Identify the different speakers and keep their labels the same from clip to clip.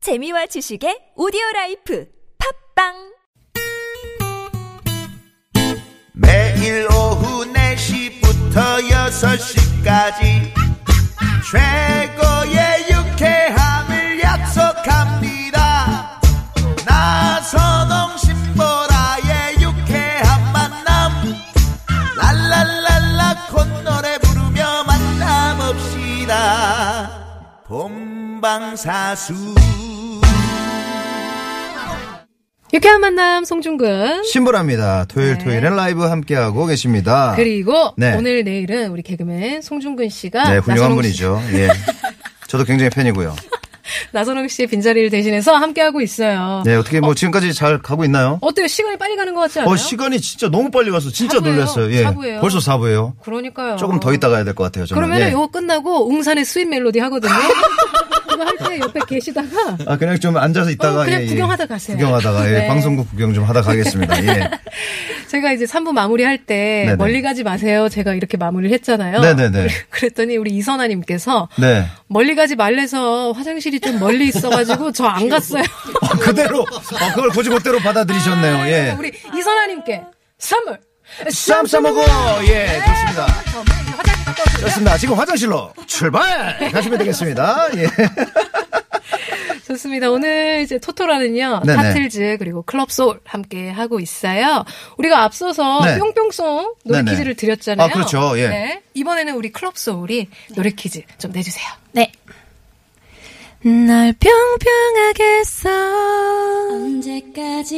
Speaker 1: 재미와 지식의 오디오 라이프 팝빵
Speaker 2: 매일 오후 4시부터 6시까지 최고의 유쾌함을 약속합니다 나선홍 신보라의 유쾌한 만남 랄랄랄라 콧노래 부르며 만남없시다 본방사수
Speaker 3: 유쾌한 만남 송중근
Speaker 4: 신보라입니다. 토요일
Speaker 3: 네.
Speaker 4: 토요일엔 라이브 함께하고 계십니다.
Speaker 3: 그리고
Speaker 4: 네.
Speaker 3: 오늘 내일은 우리 개그맨 송중근 씨가
Speaker 4: 네, 훌륭한
Speaker 3: 아, 나선홍 씨-
Speaker 4: 분이죠. 예. 저도 굉장히 팬이고요.
Speaker 3: 나선홍 씨의 빈자리를 대신해서 함께하고 있어요.
Speaker 4: 네, 어떻게 뭐 지금까지 잘 가고 있나요?
Speaker 3: 어때요? 시간이 빨리 가는 것 같지 않아요?
Speaker 4: 어, 시간이 진짜 너무 빨리 가서 진짜
Speaker 3: 사부예요.
Speaker 4: 놀랐어요. 예.
Speaker 3: 사부예요.
Speaker 4: 벌써 4부예요.
Speaker 3: 그러니까요.
Speaker 4: 조금 더 있다 가야 될 것 같아요, 저는.
Speaker 3: 그러면 은
Speaker 4: 예.
Speaker 3: 이거 끝나고 웅산의 스윗 멜로디 하거든요. 그거 할 때 옆에 계시다가
Speaker 4: 아, 그냥 좀 앉아서 있다가 예,
Speaker 3: 어, 그냥 구경하다 가세요.
Speaker 4: 구경하다가 예.
Speaker 3: 네.
Speaker 4: 방송국 구경 좀 하다 가겠습니다. 예.
Speaker 3: 제가 이제 3부 마무리할 때
Speaker 4: 네네.
Speaker 3: 멀리 가지 마세요. 제가 이렇게 마무리를 했잖아요.
Speaker 4: 네네네.
Speaker 3: 그랬더니 우리 이선아님께서
Speaker 4: 네.
Speaker 3: 멀리 가지 말래서 화장실이 좀 멀리 있어가지고 저 안 갔어요.
Speaker 4: 어, 그대로 어, 그걸 고지고대로 받아들이셨네요. 예.
Speaker 3: 우리 이선아님께 선물
Speaker 4: 쌈 싸먹어. 예, 좋습니다.
Speaker 3: 어, 빨리 화장실 갔다 오세요.
Speaker 4: 좋습니다. 지금 화장실로 출발! 가시면 되겠습니다. 예.
Speaker 3: 좋습니다. 오늘 이제 토토라는요.
Speaker 4: 네네.
Speaker 3: 타틀즈 그리고 클럽소울 함께 하고 있어요. 우리가 앞서서
Speaker 4: 네.
Speaker 3: 뿅뿅송 노래
Speaker 4: 네네.
Speaker 3: 퀴즈를 드렸잖아요.
Speaker 4: 아, 그렇죠. 예.
Speaker 3: 네. 이번에는 우리 클럽소울이 노래 퀴즈 좀 내주세요.
Speaker 5: 네. 널 평평하겠어.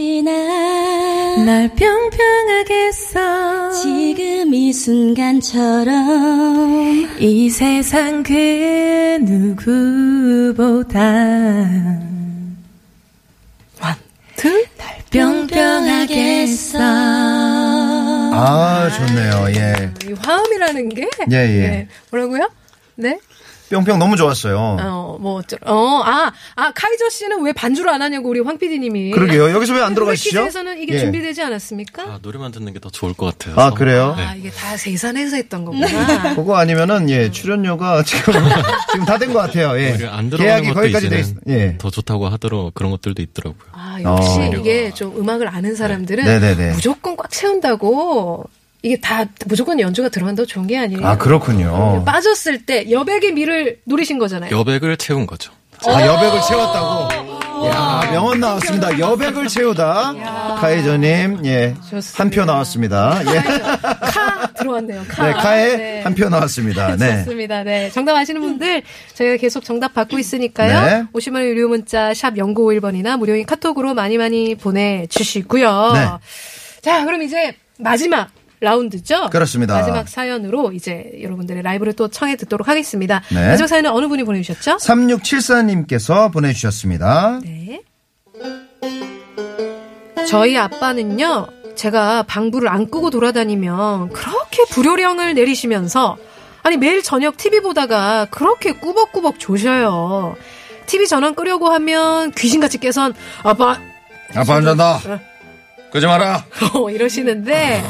Speaker 6: 언제까지나
Speaker 5: 널 평평하겠어.
Speaker 6: 지금 이 순간처럼
Speaker 5: 이 세상 그 누구보다.
Speaker 3: 둘.
Speaker 5: 네. 평평하겠어.
Speaker 4: 아, 좋네요. 예.
Speaker 3: 이 화음이라는 게.
Speaker 4: 예, 예.
Speaker 3: 뭐라고요? 네?
Speaker 4: 뿅뿅 너무 좋았어요.
Speaker 3: 어, 뭐, 어쩌, 어, 아, 아, 카이저 씨는 왜 반주를 안 하냐고 우리 황 PD님이.
Speaker 4: 그러게요. 여기서 왜 안 들어가시죠?
Speaker 3: 퀴즈에서는 예. 이게
Speaker 4: 예.
Speaker 3: 준비되지 않았습니까?
Speaker 7: 아, 노래만 듣는 게 더 좋을 것 같아요.
Speaker 4: 아, 그래요?
Speaker 3: 아, 이게 다 세산에서 했던 거구나.
Speaker 4: 그거 아니면은 예 출연료가 지금 지금 다 된 것 같아요. 예.
Speaker 7: 오히려 네. 안
Speaker 4: 계약이
Speaker 7: 들어오는 것도
Speaker 4: 거기까지 돼 있.
Speaker 7: 이제는
Speaker 4: 예.
Speaker 7: 더 좋다고 하더라고 그런 것들도 있더라고요.
Speaker 3: 아, 역시
Speaker 4: 어.
Speaker 3: 이게 좀 음악을 아는 사람들은
Speaker 4: 네. 네, 네, 네.
Speaker 3: 무조건 꽉 채운다고 이게 다 무조건 연주가 들어간다고 좋은 게 아니에요.
Speaker 4: 아 그렇군요.
Speaker 3: 빠졌을 때 여백의 미를 노리신 거잖아요.
Speaker 7: 여백을 채운 거죠.
Speaker 4: 아 여백을 채웠다고. 야 명언 나왔습니다. 여백을 채우다. 카이저님 예.
Speaker 3: 좋습니다.
Speaker 4: 한 표 나왔습니다. 예.
Speaker 3: 카 들어왔네요. 카.
Speaker 4: 네 카에
Speaker 3: 네.
Speaker 4: 한 표 나왔습니다. 네.
Speaker 3: 좋습니다. 네. 정답 아시는 분들 저희가 계속 정답 받고 있으니까요.
Speaker 4: 네.
Speaker 3: 50만 원 유료 문자 샵 0951번이나 무료인 카톡으로 많이 많이 보내주시고요. 자 그럼 이제 마지막 라운드죠.
Speaker 4: 네. 그렇습니다.
Speaker 3: 마지막 사연으로 이제 여러분들의 라이브를 또 청해 듣도록 하겠습니다.
Speaker 4: 네.
Speaker 3: 마지막 사연은 어느 분이 보내주셨죠?
Speaker 4: 3674님께서 보내주셨습니다.
Speaker 3: 네. 저희 아빠는요, 제가 방부를 안 끄고 돌아다니면 그렇게 불효령을 내리시면서, 아니, 매일 저녁 TV 보다가 그렇게 꾸벅꾸벅 조셔요. TV 전원 끄려고 하면 귀신같이 깨선, 아빠,
Speaker 4: 아빠 한잔다.
Speaker 3: 어.
Speaker 4: 끄지 마라.
Speaker 3: 이러시는데,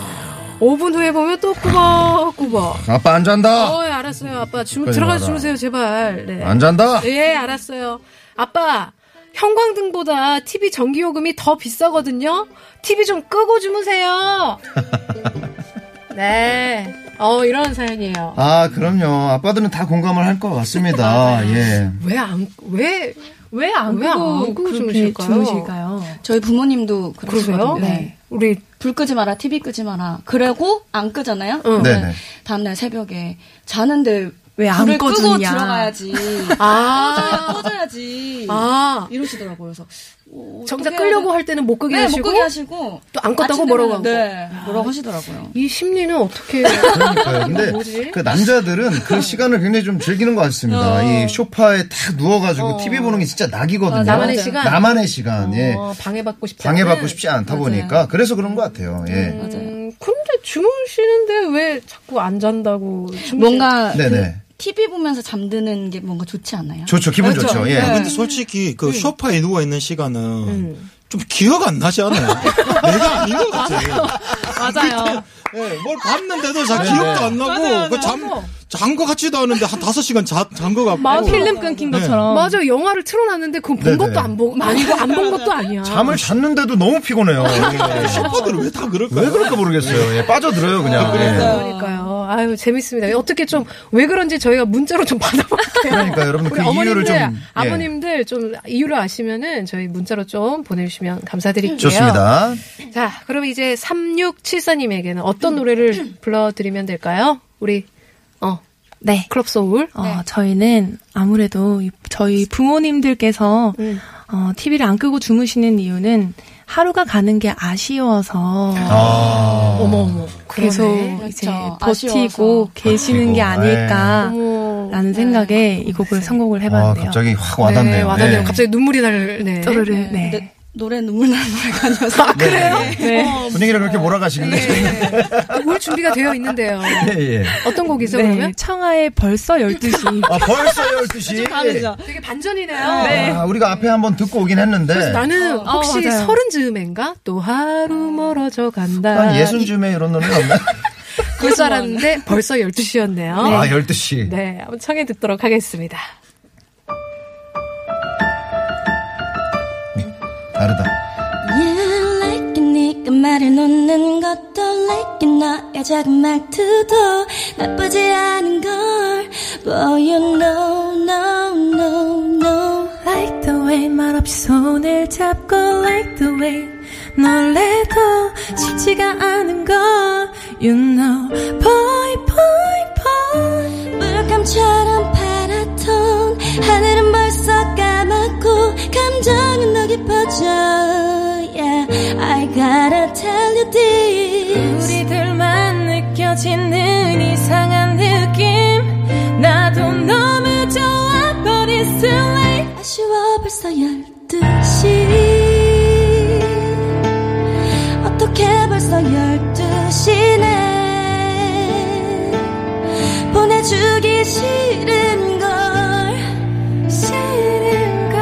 Speaker 3: 5분 후에 보면 또 꾸벅꾸벅.
Speaker 4: 아빠 안 잔다.
Speaker 3: 어, 예, 알았어요. 아빠, 주,
Speaker 4: 그러지
Speaker 3: 들어가서
Speaker 4: 마라.
Speaker 3: 주무세요, 제발. 네.
Speaker 4: 잔다.
Speaker 3: 예, 알았어요. 아빠, 형광등보다 TV 전기요금이 더 비싸거든요? TV 좀 끄고 주무세요! 네. 어, 이런 사연이에요.
Speaker 4: 아, 그럼요. 아빠들은 다 공감을 할 것 같습니다. 예.
Speaker 3: 왜 안, 왜,
Speaker 5: 왜안
Speaker 3: 왜 안 끄고 주무실까요?
Speaker 6: 저희 부모님도
Speaker 3: 그러세요?
Speaker 6: 그러시거든요. 네.
Speaker 3: 우리,
Speaker 6: 불 끄지 마라, TV 끄지 마라. 그러고 안 끄잖아요.
Speaker 3: 응.
Speaker 6: 그러면
Speaker 4: 네네.
Speaker 6: 다음날 새벽에 자는데
Speaker 5: 왜안
Speaker 6: 불을 끄고
Speaker 5: 꺼주냐.
Speaker 6: 들어가야지.
Speaker 3: 아.
Speaker 6: 꺼줘야지.
Speaker 3: 아,
Speaker 6: 이러시더라고요. 그래서 어,
Speaker 3: 정작
Speaker 6: 어떻게
Speaker 3: 끌려고
Speaker 6: 해야
Speaker 3: 할 때는 못
Speaker 6: 되-
Speaker 3: 끄게
Speaker 6: 네, 못
Speaker 3: 하시고.
Speaker 6: 끄게 하시고
Speaker 3: 또안 껐다고
Speaker 6: 아침 되면은-
Speaker 3: 뭐라고 하고.
Speaker 6: 네, 뭐라고 하시더라고요.
Speaker 3: 이 심리는 어떻게.
Speaker 4: 그러니까요. 근데
Speaker 3: 뭐지?
Speaker 4: 그 남자들은 그 시간을 굉장히 좀 즐기는 것 같습니다. 이 쇼파에 탁 누워가지고 TV 보는 게 진짜 낙이거든요.
Speaker 3: 어, 나만의 시간?
Speaker 4: 나만의 시간, 예.
Speaker 3: 어, 방해받고 싶지
Speaker 4: 방해받고
Speaker 3: 않은.
Speaker 4: 싶지 않다 보니까 그래서 그런 것 같아요. 예.
Speaker 3: 음, 근데 주무시는데 왜 자꾸 안 잔다고. 주무시-
Speaker 6: 뭔가
Speaker 4: 네네.
Speaker 6: TV 그 보면서 잠드는 게 뭔가 좋지 않나요?
Speaker 4: 좋죠. 기분
Speaker 3: 그렇죠.
Speaker 4: 좋죠. 예.
Speaker 3: 네.
Speaker 8: 근데 솔직히 그 소파에 누워 있는 시간은 좀 기억 안 나지 않아요? 내가 아닌 것 같아요.
Speaker 3: 맞아요.
Speaker 8: 예, 뭘 봤는데도 잘 기억도 안 나고 그 잠
Speaker 9: 잔 거 같지도 않은데 한 다섯 시간 잔 거 같고.
Speaker 10: 필름 끊긴
Speaker 9: 네.
Speaker 10: 것처럼.
Speaker 3: 맞아 영화를 틀어놨는데 그건 본
Speaker 11: 네네.
Speaker 3: 것도 안 보고 아니고 안 본 것도 아니야.
Speaker 11: 잠을 잤는데도 너무 피곤해요. 예.
Speaker 9: 슈퍼들은 왜 다 그럴까요?
Speaker 11: 왜 그럴까 모르겠어요. 예, 빠져들어요
Speaker 3: 아,
Speaker 11: 그냥. 예.
Speaker 3: 네, 그러니까요. 아유 재밌습니다. 어떻게 좀 왜 그런지 저희가 문자로 좀 받아볼게요.
Speaker 11: 그러니까 여러분 그
Speaker 3: 우리 어머님들,
Speaker 11: 이유를 좀 예.
Speaker 3: 아버님들 좀 이유를 아시면은 저희 문자로 좀 보내주시면 감사드릴게요.
Speaker 11: 좋습니다.
Speaker 3: 자, 그럼 이제 3674님에게는 어떤 노래를 불러드리면 될까요? 우리 어
Speaker 12: 네.
Speaker 3: 클럽 소울.
Speaker 12: 어, 저희는 아무래도 이- 저희 부모님들께서
Speaker 3: 음.
Speaker 12: 어, TV를 안 끄고 주무시는 이유는 하루가 가는 게 아쉬워서
Speaker 11: 아.
Speaker 3: 어머 어머.
Speaker 12: 계속
Speaker 3: 그러네.
Speaker 12: 이제
Speaker 6: 그렇죠. 아쉬워서.
Speaker 12: 버티고 계시는
Speaker 11: 버티고,
Speaker 12: 게 아닐까라는
Speaker 3: 어머.
Speaker 12: 네. 생각에 이 곡을 선곡을
Speaker 11: 아,
Speaker 12: 해봤네요.
Speaker 11: 갑자기 확 와닿네요.
Speaker 3: 네, 와닿네요.
Speaker 11: 예.
Speaker 3: 갑자기 눈물이 날. 네.
Speaker 12: 또르르 네.
Speaker 6: 근데 노래 눈물 나는 노래가 아니어서. 아,
Speaker 4: 네.
Speaker 6: 그래요?
Speaker 11: 네.
Speaker 3: 어.
Speaker 11: 분위기를 그렇게 몰아가시길래.
Speaker 3: 네. 올 준비가 되어 있는데요.
Speaker 11: 예, 예.
Speaker 3: 어떤 곡이죠
Speaker 12: 네,
Speaker 3: 그러면?
Speaker 12: 청하의 벌써 12시.
Speaker 11: 아, 벌써 12시.
Speaker 6: 다르죠.
Speaker 3: 되게 반전이네요. 네.
Speaker 11: 아, 우리가 앞에 한번 듣고 오긴 했는데.
Speaker 3: 나는 혹시
Speaker 12: 어, 맞아요.
Speaker 3: 서른 즈음엔가 또 하루 멀어져 간다.
Speaker 11: 한 예순 쯤에 이런 노래 없나?
Speaker 3: 그럴 줄 알았는데 벌써 12시였네요.
Speaker 11: 아, 12시.
Speaker 3: 어? 네, 한번 청해 듣도록 하겠습니다.
Speaker 11: 다르다.
Speaker 6: Yeah, like 네가 말을 놓는 것도 like 너의 작은 말투도 나쁘지 않은 걸 Well, you know, no, no, no
Speaker 12: Like the way 말없이 손을 잡고 Like the way 놀래도 쉽지가 않은 걸 You know Boy boy boy
Speaker 6: 물감처럼 파랗던 하늘은 벌써 까맣고 감정은 더 깊어져 Yeah, I gotta tell you this
Speaker 12: 우리들만 느껴지는 이상한 느낌 나도 너무 좋아 But it's too late
Speaker 6: 아쉬워 벌써 12시 어떻게 벌써 12시네 보내주기 싫은 걸 싫은 걸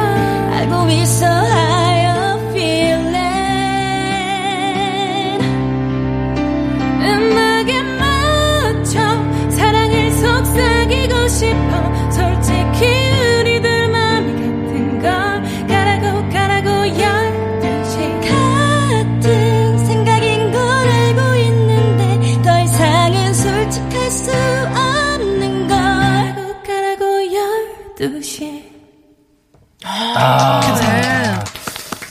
Speaker 6: 알고 있어 I feeling
Speaker 12: 음악에 맞춰 사랑을 속삭이고 싶어 솔직히 우리들 마음이 같은 걸 가라고 가라고 열듯이
Speaker 6: 같은 생각인 걸 알고 있는데 더 이상은 솔직할 수 없는 걸
Speaker 12: 가라고 가라고 열듯이
Speaker 3: 네.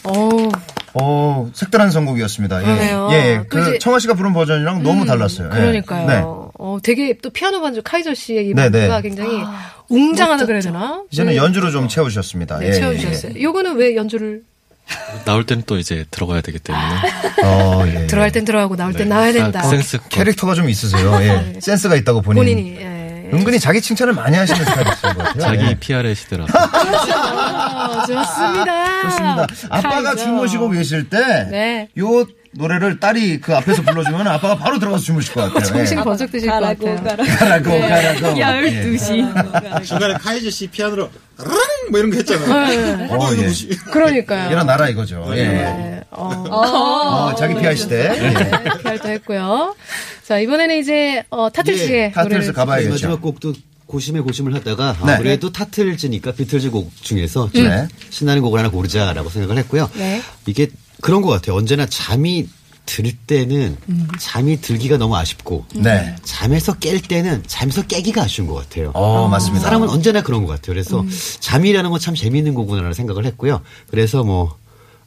Speaker 3: 어,
Speaker 11: 어, 색다른 선곡이었습니다. 예.
Speaker 3: 그러네요.
Speaker 11: 예, 예.
Speaker 3: 또
Speaker 11: 그
Speaker 3: 이제- 음,
Speaker 11: 청아 씨가 부른 버전이랑 너무 달랐어요. 예.
Speaker 3: 그러니까요.
Speaker 11: 네.
Speaker 3: 어, 되게 또 피아노 반주 카이저 씨의 이
Speaker 11: 네,
Speaker 3: 반주가
Speaker 11: 네.
Speaker 3: 굉장히
Speaker 12: 아.
Speaker 3: 웅장하다 그래야 되나?
Speaker 11: 이제는 연주로 좀 채우셨습니다.
Speaker 3: 음. 네,
Speaker 11: 예, 예, 예.
Speaker 3: 채워주셨어요. 요거는 왜 연주를
Speaker 7: 나올 때는 또 이제 들어가야 되기 때문에.
Speaker 11: 어, 예.
Speaker 3: 들어갈 땐 들어가고 아, 나올 땐
Speaker 7: 네.
Speaker 3: 나와야
Speaker 7: 딱
Speaker 3: 된다.
Speaker 7: 센스.
Speaker 11: 캐릭터가 좀 있으세요. 예. 센스가 있다고 본인.
Speaker 3: 본인이. 예.
Speaker 11: 은근히 자기 칭찬을 많이 하시는 스타일이신 것 같아요.
Speaker 7: 자기
Speaker 11: 예.
Speaker 7: PR의 시대라.
Speaker 3: 아, 좋습니다.
Speaker 11: 좋습니다. 아빠가
Speaker 3: 카이저.
Speaker 11: 주무시고 계실 때,
Speaker 3: 네.
Speaker 11: 요 노래를 딸이 그 앞에서 불러주면 아빠가 바로 들어가서 주무실 것 같아요. 예.
Speaker 3: 정신 번쩍 드실 것 같아요. 네.
Speaker 11: 가라고, 가라고. 예.
Speaker 9: 중간에 카이저 씨 피아노로 랑! 뭐 이런 거 했잖아요.
Speaker 11: 어, 예.
Speaker 3: 그러니까요.
Speaker 11: 일어나라 이거죠. 예.
Speaker 3: 네, 어,
Speaker 11: 어, 자기 피할 시대.
Speaker 3: 네,
Speaker 11: 예.
Speaker 3: PR도 했고요. 자, 이번에는 이제, 어, 타틀 씨의.
Speaker 11: 타틀스
Speaker 3: 노래를
Speaker 11: 예. 가봐야겠죠.
Speaker 8: 마지막 곡도 고심에 고심을 하다가
Speaker 11: 네.
Speaker 8: 아무래도 타틀즈니까 비틀즈 곡 중에서 좀
Speaker 11: 네.
Speaker 8: 신나는 곡을 하나 고르자라고 생각을 했고요.
Speaker 3: 네.
Speaker 8: 이게 그런 것 같아요. 언제나 잠이 들 때는
Speaker 3: 음.
Speaker 8: 잠이 들기가 너무 아쉽고
Speaker 11: 네.
Speaker 8: 잠에서 깰 때는 잠에서 깨기가 아쉬운 것 같아요.
Speaker 11: 어, 맞습니다.
Speaker 8: 사람은 언제나 그런 것 같아요. 그래서
Speaker 3: 음.
Speaker 8: 잠이라는 건 참 재미있는 거구나라는 생각을 했고요. 그래서 뭐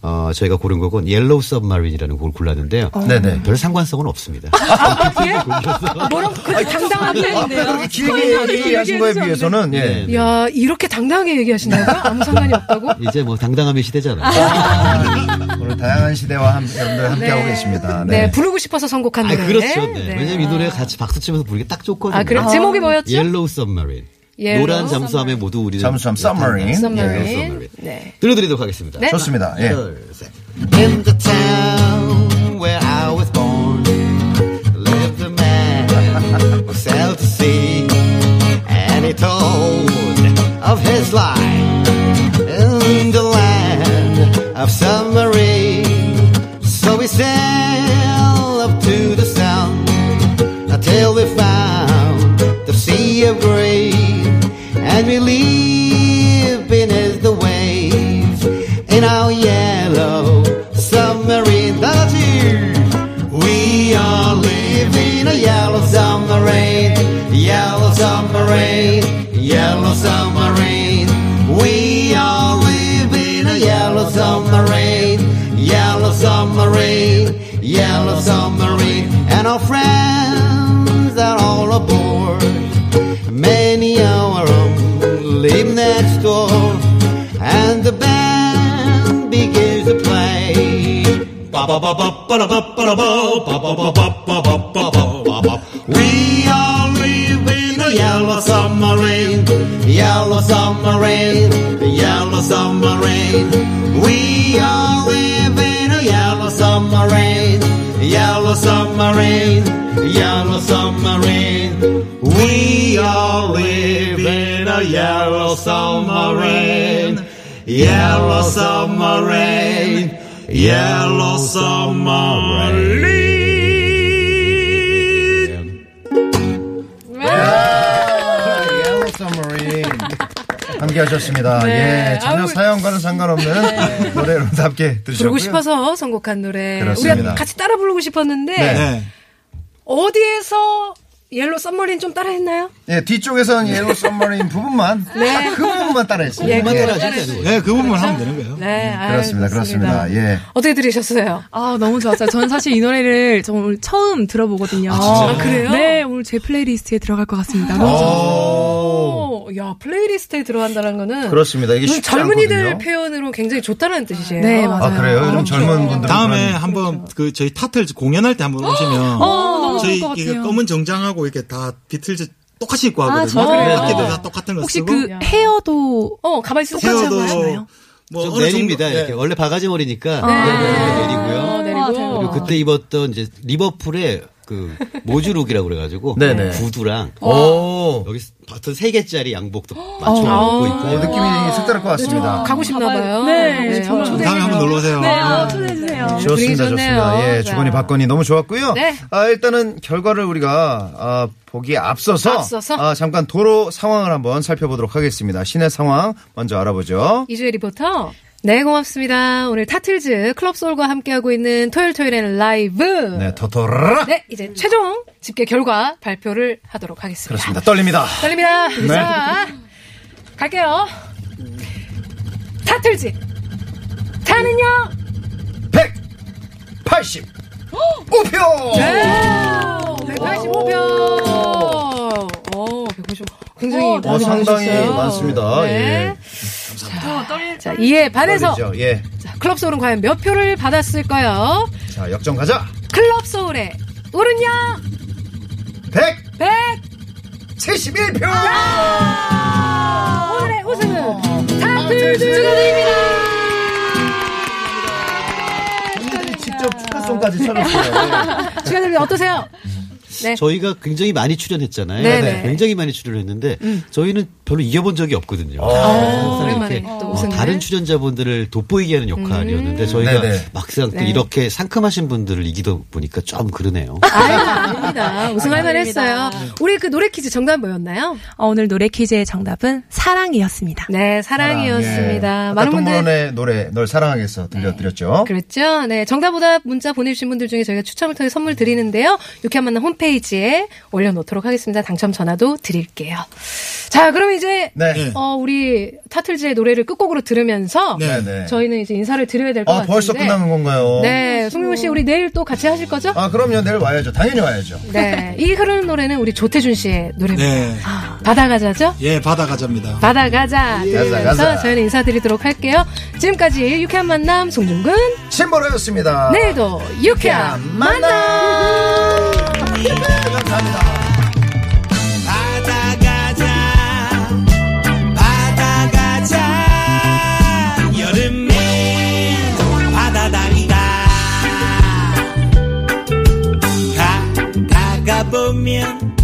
Speaker 8: 어, 저희가 고른 곡은 옐로우 서브마린이라는 곡을 골랐는데요.
Speaker 3: 어.
Speaker 8: 음,
Speaker 11: 네네.
Speaker 8: 별 상관성은 없습니다.
Speaker 3: 아, 예, 그렇게 당당하게 했네요.
Speaker 11: 그렇게 길게 얘기하신 거에 비해서는, 예.
Speaker 8: 네,
Speaker 3: 야, 이렇게 당당하게 얘기하신다고요? 아무 상관이 없다고?
Speaker 8: 이제 뭐 당당함의 시대잖아요. 음.
Speaker 11: 오늘 다양한 시대와 함, 여러분들 함께하고 계십니다.
Speaker 3: 네.
Speaker 11: 네.
Speaker 3: 부르고 싶어서 선곡한
Speaker 8: 아,
Speaker 3: 노래.
Speaker 8: 그렇죠. 네.
Speaker 3: 네.
Speaker 8: 왜냐면 이 예, 노래 같이 박수 치면서 부르기 딱 좋거든요.
Speaker 3: 아, 그래? 제목이 뭐였죠?
Speaker 8: 옐로우 썸머린.
Speaker 3: Yellow
Speaker 8: 노란 잠수함에 모두 우리는
Speaker 11: 잠수함 submarine.
Speaker 3: Submarine.
Speaker 8: 옐로우 예, 썸머린.
Speaker 3: 네.
Speaker 8: 들려드리도록 하겠습니다.
Speaker 3: 네.
Speaker 11: 좋습니다. 예.
Speaker 8: 둘, 셋. In the town where I was born lived a man who sailed to sea and he told of his life in the land of submarine. So we sailed up to the sound until we found the sea yellow submarine, and our friends are all aboard. Many our own live next door, and the band begins to play. We all live in a yellow submarine, yellow submarine, yellow submarine. We all live in a yellow submarine, yellow submarine, yellow submarine. We all live in a yellow submarine, yellow submarine, yellow submarine.
Speaker 3: 네.
Speaker 11: Yellow Submarine. 함께 하셨습니다.
Speaker 3: 네.
Speaker 11: 예, 전혀
Speaker 3: 아우. 네.
Speaker 11: 사연과는 상관없는 노래로답게 들으셨고요.
Speaker 3: 부르고 싶어서 선곡한 노래.
Speaker 11: 그렇습니다.
Speaker 3: 우리가 같이 따라 부르고 싶었는데
Speaker 11: 네.
Speaker 9: 네.
Speaker 3: 어디에서 옐로 썸머린 좀 따라했나요?
Speaker 11: 예, 뒤쪽에서는 Yellow Submarine 부분만 딱 그 부분만 따라했어요.
Speaker 3: 네. 예,
Speaker 11: 다
Speaker 3: 그거
Speaker 9: 네, 그 부분만 하면 되는 거예요.
Speaker 3: 네, 아유,
Speaker 11: 그렇습니다. 그렇습니다. 예.
Speaker 3: 어떻게 들으셨어요?
Speaker 12: 아, 너무 좋았어요. 저는 사실 이 노래를 저 오늘 처음 들어보거든요.
Speaker 3: 아, 그래요?
Speaker 12: 네, 오늘 제 플레이리스트에 들어갈 것 같습니다. 너무
Speaker 11: 오.
Speaker 3: 오, 야 플레이리스트에 들어간다는 거는
Speaker 11: 그렇습니다. 이게
Speaker 3: 요즘
Speaker 11: 쉽지
Speaker 3: 젊은이들
Speaker 11: 않거든요.
Speaker 3: 표현으로 굉장히 좋다는 뜻이에요.
Speaker 12: 네,
Speaker 11: 아,
Speaker 12: 맞아요.
Speaker 11: 그래요? 요즘
Speaker 3: 그렇죠.
Speaker 11: 젊은 분들은
Speaker 9: 다음에 한번 그 저희 타틀즈 공연할 때 한번 오시면
Speaker 12: 어, 너무 좋을
Speaker 9: 저희
Speaker 12: 것
Speaker 9: 이게
Speaker 12: 같아요.
Speaker 9: 검은 정장하고 이렇게 다 비틀즈 똑같이 입고 하거든요.
Speaker 12: 아, 저래요?
Speaker 9: 어깨도 다 똑같은 거
Speaker 12: 혹시
Speaker 9: 쓰고.
Speaker 12: 그 헤어도
Speaker 3: 어, 가만히 있어.
Speaker 9: 헤어도 뭐
Speaker 8: 좀
Speaker 9: 어느
Speaker 8: 내립니다.
Speaker 9: 정도-
Speaker 8: 이렇게 원래 바가지 머리니까
Speaker 9: 아.
Speaker 8: 이렇게 내리고요.
Speaker 3: 네. 아,
Speaker 12: 아, 네.
Speaker 3: 내리고
Speaker 8: 그리고 그때 입었던 이제 리버풀의 그 모주룩이라고 그래가지고
Speaker 11: 네네.
Speaker 8: 구두랑
Speaker 9: 어.
Speaker 11: 오.
Speaker 8: 여기 바튼 세 개짜리 양복도 맞춰 입고
Speaker 9: 아.
Speaker 11: 어,
Speaker 8: 있고
Speaker 11: 느낌이 색다를 것 같습니다.
Speaker 3: 아, 그렇죠. 가고 싶나 봐요.
Speaker 12: 네, 정말
Speaker 3: 어,
Speaker 9: 다음에 한번 놀러 오세요.
Speaker 12: 초대해주세요.
Speaker 11: 네. 좋습니다,
Speaker 3: 분위기 좋네요.
Speaker 11: 좋습니다. 예,
Speaker 3: 자.
Speaker 11: 주거니 박건이 너무 좋았고요.
Speaker 3: 네.
Speaker 11: 아, 일단은 결과를 우리가 아, 보기에 앞서서,
Speaker 3: 앞서서?
Speaker 11: 아, 잠깐 도로 상황을 한번 살펴보도록 하겠습니다. 시내 상황 먼저 알아보죠.
Speaker 3: 이주혜 리포터. 네, 고맙습니다. 오늘 타틀즈 클럽솔과 함께하고 있는 토요일 토요일에는 라이브.
Speaker 11: 네, 토토라.
Speaker 3: 네, 이제 최종 집계 결과 발표를 하도록 하겠습니다.
Speaker 11: 그렇습니다. 네. 떨립니다.
Speaker 3: 떨립니다. 자, 갈게요. 타틀즈. 타는요?
Speaker 11: 185표.
Speaker 3: 오, 185표. 오, 185. 굉장히
Speaker 11: 어,
Speaker 3: 많이
Speaker 11: 상당히
Speaker 3: 받으셨어요.
Speaker 11: 많습니다.
Speaker 3: 네.
Speaker 11: 예.
Speaker 3: 자, 이에 반해서
Speaker 11: 떨리죠. 예.
Speaker 3: 클럽 소울은 과연 몇 표를 받았을까요?
Speaker 11: 자, 역전 가자.
Speaker 3: 클럽 소울의 오른요
Speaker 11: 171표.
Speaker 3: 100 아!
Speaker 11: 아!
Speaker 3: 오늘의 우승은 타틀즈입니다.
Speaker 11: 본인들이 직접 축하송까지 쳐줬어요. 예.
Speaker 3: 축하드립니다. 어떠세요? 네.
Speaker 8: 저희가 굉장히 많이 출연했잖아요.
Speaker 3: 네네. 음.
Speaker 8: 굉장히 많이 출연했는데 저희는 별로 이겨본 적이 없거든요.
Speaker 11: 아,
Speaker 3: 오랜만에 또 우승을. 음.
Speaker 8: 다른 출연자분들을 돋보이게 하는 역할이었는데 저희가
Speaker 11: 네네.
Speaker 8: 막상 또
Speaker 3: 네.
Speaker 8: 이렇게 상큼하신 분들을 이기다 보니까 좀 그러네요.
Speaker 3: 아유, 아닙니다. 우승할 만했어요. 우리 그 노래 퀴즈 정답 뭐였나요?
Speaker 12: 어, 오늘 노래 퀴즈의 정답은 사랑이었습니다.
Speaker 3: 네,
Speaker 11: 예.
Speaker 3: 사랑이었습니다.
Speaker 11: 아까
Speaker 3: 많은 분들
Speaker 11: 동물원의 노래 널 사랑하겠어 들려드렸죠.
Speaker 3: 그렇죠. 네, 정답보다 문자 보내주신 분들 중에 저희가 추첨을 통해 선물 드리는데요. 유쾌한 만남 홈페이지에 올려놓도록 하겠습니다. 당첨 전화도 드릴게요. 자, 그럼 이제
Speaker 11: 네.
Speaker 3: 어, 우리 타틀즈의 노래를 끝곡으로 들으면서
Speaker 11: 네, 네.
Speaker 3: 저희는 이제 인사를 드려야 될 것
Speaker 11: 아
Speaker 3: 같은데.
Speaker 11: 벌써 끝나는 건가요?
Speaker 3: 네, 송민호 씨 우리 내일 또 같이 하실 거죠?
Speaker 11: 아 그럼요 내일 와야죠. 당연히 와야죠.
Speaker 3: 네, 이 흐르는 노래는 우리 조태준 씨의 노래입니다. 아,
Speaker 9: 네.
Speaker 3: 바다가자죠?
Speaker 9: 예, 바다 가자입니다. 예.
Speaker 3: 바다 가자 들으면서
Speaker 11: 가자.
Speaker 3: 저희는 인사드리도록 할게요. 지금까지 유쾌한 만남 송중근
Speaker 11: 신보라였습니다.
Speaker 3: 내일도 유쾌한 만남.
Speaker 4: 바다 가자 바다 가자 여름에 바다 다니다 가다가 보면